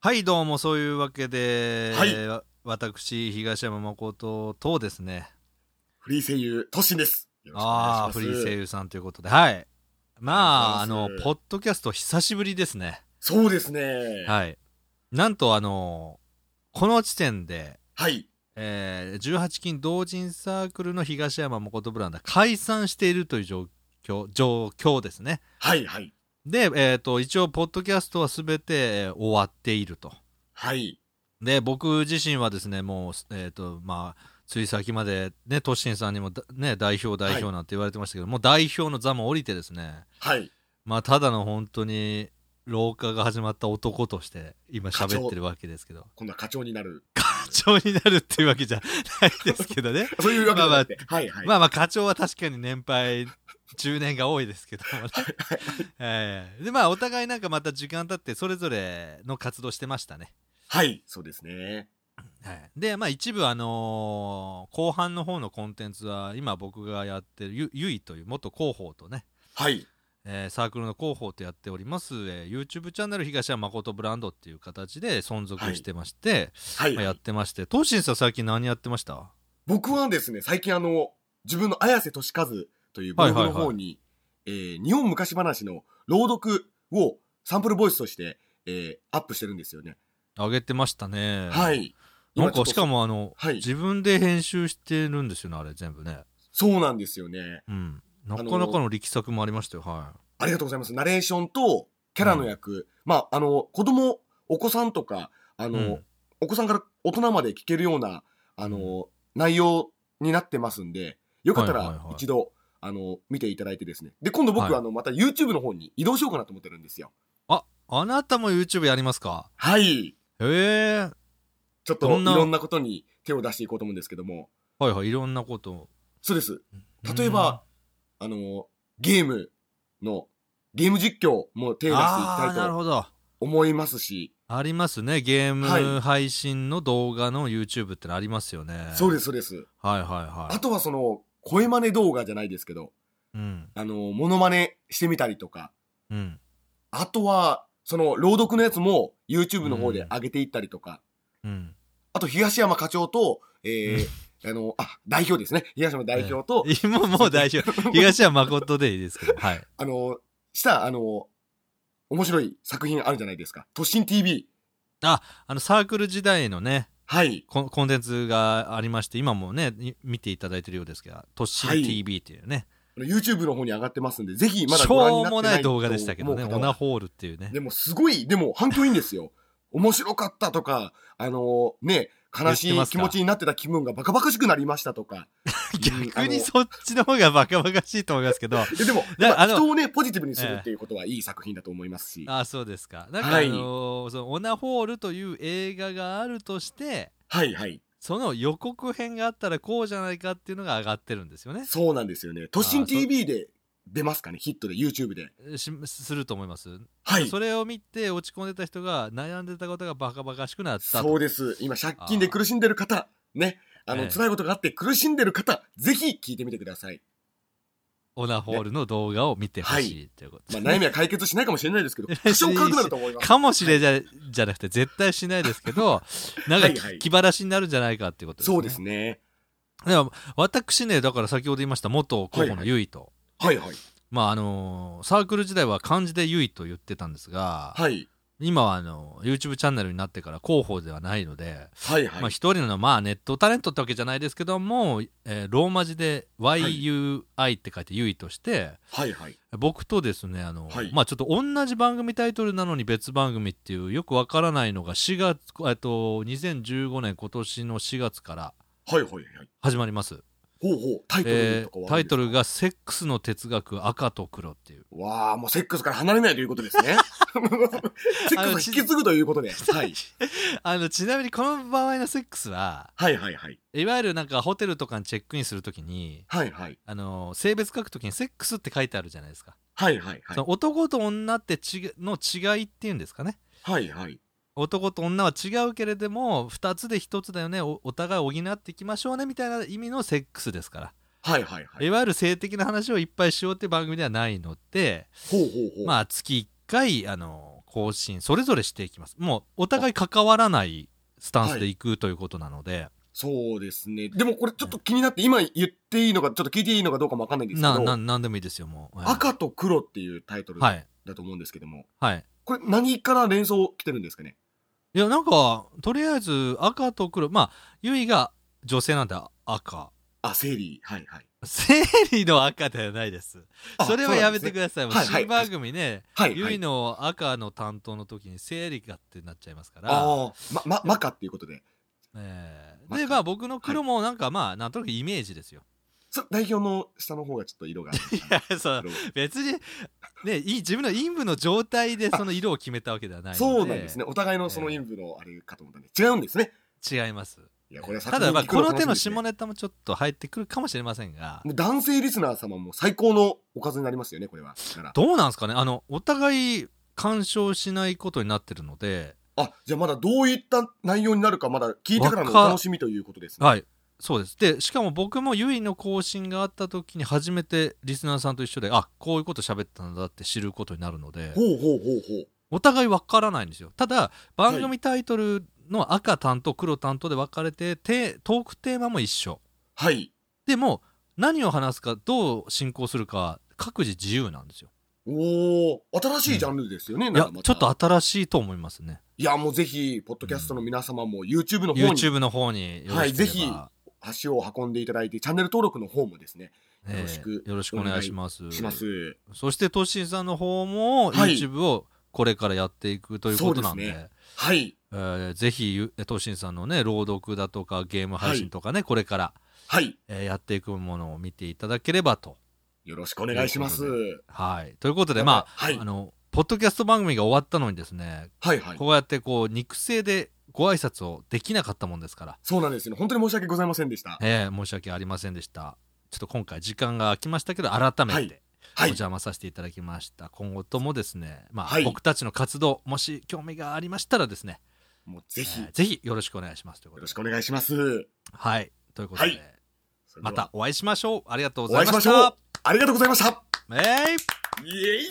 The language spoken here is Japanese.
はいどうもそういうわけで、はいわ私東山誠とですねフリー声優、トッシンです。よろしくおあ願あいしますフリー声優さんということではいまああお願いのしますポッドキャスト久しぶりですねそうですね。はい。はいなんとあのこの時点で、はい。えー18金同人サークルの東山誠ブランドは解散しているという状況状況ですねはい。はい。で、えー、と一応ポッドキャストは全てえー終わっているとはい。で僕自身はですねもう、えーとまあ、つい先までねトッシンさんにもだ、ね、代表代表なんて言われてましたけど、もう代表の座も降りてですね、はい。まあ、ただの本当に老化が始まった男として今喋ってるわけですけど今度は課長になる。課長になるっていうわけじゃないですけどね そういうわけじゃなくて。はい。はい。まあまあ課長は確かに年配中年が多いですけどもね、えーでまあお互いなんかまた時間経ってそれぞれの活動してましたねはい。そうですね。はい、でまあ一部あのー後半の方のコンテンツは今僕がやってるゆゆいという元広報とね、はい。えーサークルの広報とやっております、えー YouTube チャンネル東山誠ブランドっていう形で存続してまして、はい。まあやってまして東進さん最近何やってました僕はですね、最近あの、自分の綾瀬俊和というブログの方に、えー日本昔話の朗読をサンプルボイスとして、えーアップしてるんですよね。上げてましたねはい。なんか今ちょっとしかもあの、はい自分で編集してるんですよねあれ全部ねそうなんですよね。うんなかなかの力作もありましたよはありがとうございます。ナレーションとキャラの役。まあ、あの、子供、お子さんとか、あいの、うんお子さんから大人まで聞けるような、あの、内容になってますんで、よかったはいはいらはい一度、あの、見ていただいてですね。で、今度僕、はいあの、また YouTube の方に移動しようかなと思ってるんですよ。ああなたも YouTube やりますかはい。へえちょっと、どんいなろんなことに手を出していこうと思うんですけども。はいはいいろんなことをそうです。例えば、あの、ゲームの、ゲーム実況も手うをん、出していきあたーいなるとほど。思いますし、ありますね。ゲーム配信の動画の YouTube ってのありますよね。。そうですす、そうです。はいはいはい。あとはその、声真似動画じゃないですけど、うん。あの、モノマネしてみたりとか、うん。あとは、その、朗読のやつも YouTube の方で上げていったりとか、うん。 あと東山課長と、えー、あの、あ、代表ですね。東山代表と、今もう代 表、東山誠でいいですけど、はい。あの、した、あの、面白い作品あるじゃないですか。突進 TV。あの、サークル時代のね、はい。コンコンテンツがありまして、今もね、い見ていただいてるようですけど、都市はい TV っていうね、あの YouTube の方に上がってますんで、ぜひまだしご覧ょにうなってもなないいと動思う画方はでしたけどね、オナホールっていうね。でもすごい、でも反響いいんですよ。面白かったとか、あのね、悲し言ってまいすか気持ちになってた気分がバカバカしくなりましたとか。 逆うんあにのそっちの方がバカバカしいと思いますけど、ででも、 だまああの人をね、ポジティブにするっていうことはいい作品だと思いますし。あそうですか。なんか、はいあのーそのオナホールという映画があるとして、はいはい。その予告編があったらこうじゃないかっていうのが上がってるんですよね。そうなんですよね。都あ心ーそう TV で出ますかね、ヒットで、YouTube で。しすると思います、はい。それを見て落ち込んでた人が悩んでたことがバカバカしくなったそうとです。今、借金で苦しんでる方、ね、あの、ええ辛いことがあって苦しんでる方、ぜひ聞いてみてください。オナホールの動画を見てほしいということまであ、す、悩みは解決しないかもしれないで すけど、いや多少軽くなると思います。かもしれじゃ,、じゃなくて絶対しないですけどなんか はいきはい気晴らしになるんじゃないかっていうことですね。そうですね。でも私ねだから先ほど言いました元候補のゆいと、はいはい。まああのーサークル時代は漢字でゆいと言ってたんですが、はい。今はあの YouTube チャンネルになってから広報ではないので、はいはい。まあ、一人の、まあ、ネットタレントってわけじゃないですけども、えーローマ字で YUI って書いて優位として、はいはい。僕とですねあの、はいまあ、ちょっと同じ番組タイトルなのに別番組っていうよくわからないのが4月えっと2015年今年の4月からはいはいはい。始まりますほうほう。タイトルえとかーはあタるイんですかトル。が「セックスの哲学赤と黒」っていうわあ、もうセックスから離れないということです ね。セックスを引き継ぐということで。はい。あのちなみにこの場合のセックスははいはいはい。いわゆるなんかホテルとかにチェックインするときにはいはい。あの性別書くときに「セックス」って書いてあるじゃないですかはいはいはいそ。の男と女って違の違いっていうんですかねはいはい。男と女は違うけれども2つで1つだよねおお互い補っていきましょうねみたいな意味のセックスですから、はいはいはい。い、わゆる性的な話をいっぱいしようっていう番組ではないのでほうほうほう。まあ月1回あの方針それぞれしていきますもうお互い関わらないスタンスでいくということなので、そうですね。でもこれちょっと気になって、今言っていいのか、ちょっと聞いていいのかどうかもわかんないんですけななど、なんでもいいですよもう、はい赤と黒っていうタイトルはだいと思うんですけども、はいこれ何から連想来てるんですかねいやなんかとりあえず赤と黒まあゆいが女性なんで赤あ、セリー。はいはい。生理の赤ではないですあそれはやめてくだださい、もうはいはい新番組ね、さいはい、ゆはいい。の赤の担当の時に生理がってなっちゃいますから、ああ、ま、ま、マカっていうことで。えーまでたまあ僕の黒もなんかまあなんとなくイメージですよ、 そ代表の下の方がちょっと色が。そう別にねい自分の陰部の状態でその色を決めたわけではないのでそうなんですね。お互いのその陰部のあれかと思ったんで。違うんですね。違いますいや、これはただまあこの手の下ね。ネタもちょっと入ってくるかもしれませんがもう男性リスナー様も最高のおかずになりますよね、これは。だからどうなんですかねあのお互い干渉しないことになってるのであ、じゃあまだどういった内容になるか、まだ聞いてからのわかお楽しみということですね。はいそうですでしかも僕もゆいの更新があった時に初めてリスナーさんと一緒であこういうこと喋ってたんだって知ることになるのでほうほうほうほう。お互い分からないんですよただ番組タイトルの赤担当黒担当で分かれててトークテーマも一緒はい。でも何を話すかどう進行するか各自自由なんですよおお新しいジャンルですよね、いなんやかまちょたっと新しいと思いますねいや、もうぜひ、ポッドキャストの皆様も YouTube の方に YouTube の方によろしければ、はいぜひ足を運んでいただいて、チャンネル登録の方もですね、よろしくええよろしくお願いしますします。そしてトッシーさんの方もはい YouTube をこれからやっていくということなんで,、そうですねはい。えーぜひゆトッシーさんのね朗読だとかゲーム配信とかね、これから、はい。えーやっていくものを見ていただければとよろしくお願いします。とはいということでまあ、はいあのポッドキャスト番組が終わったのにですねはいはい。こうやってこう肉声でご挨拶をできなかったもんですから、そうなんですよね。本当に申し訳ございませんでした。えー申し訳ありませんでしたちょっと今回時間が空きましたけど改めて、はおいはい。邪魔させていただきました今後ともですね、まあはい僕たちの活動もし興味がありましたらですねもうぜひ、えよーぜひよろしくお願いしますということろでしくお願いします。はいということで、はいそれでまはたお会いしましょうありがとうおござい会いしままししょうた。ありがとうございました。えいイエイ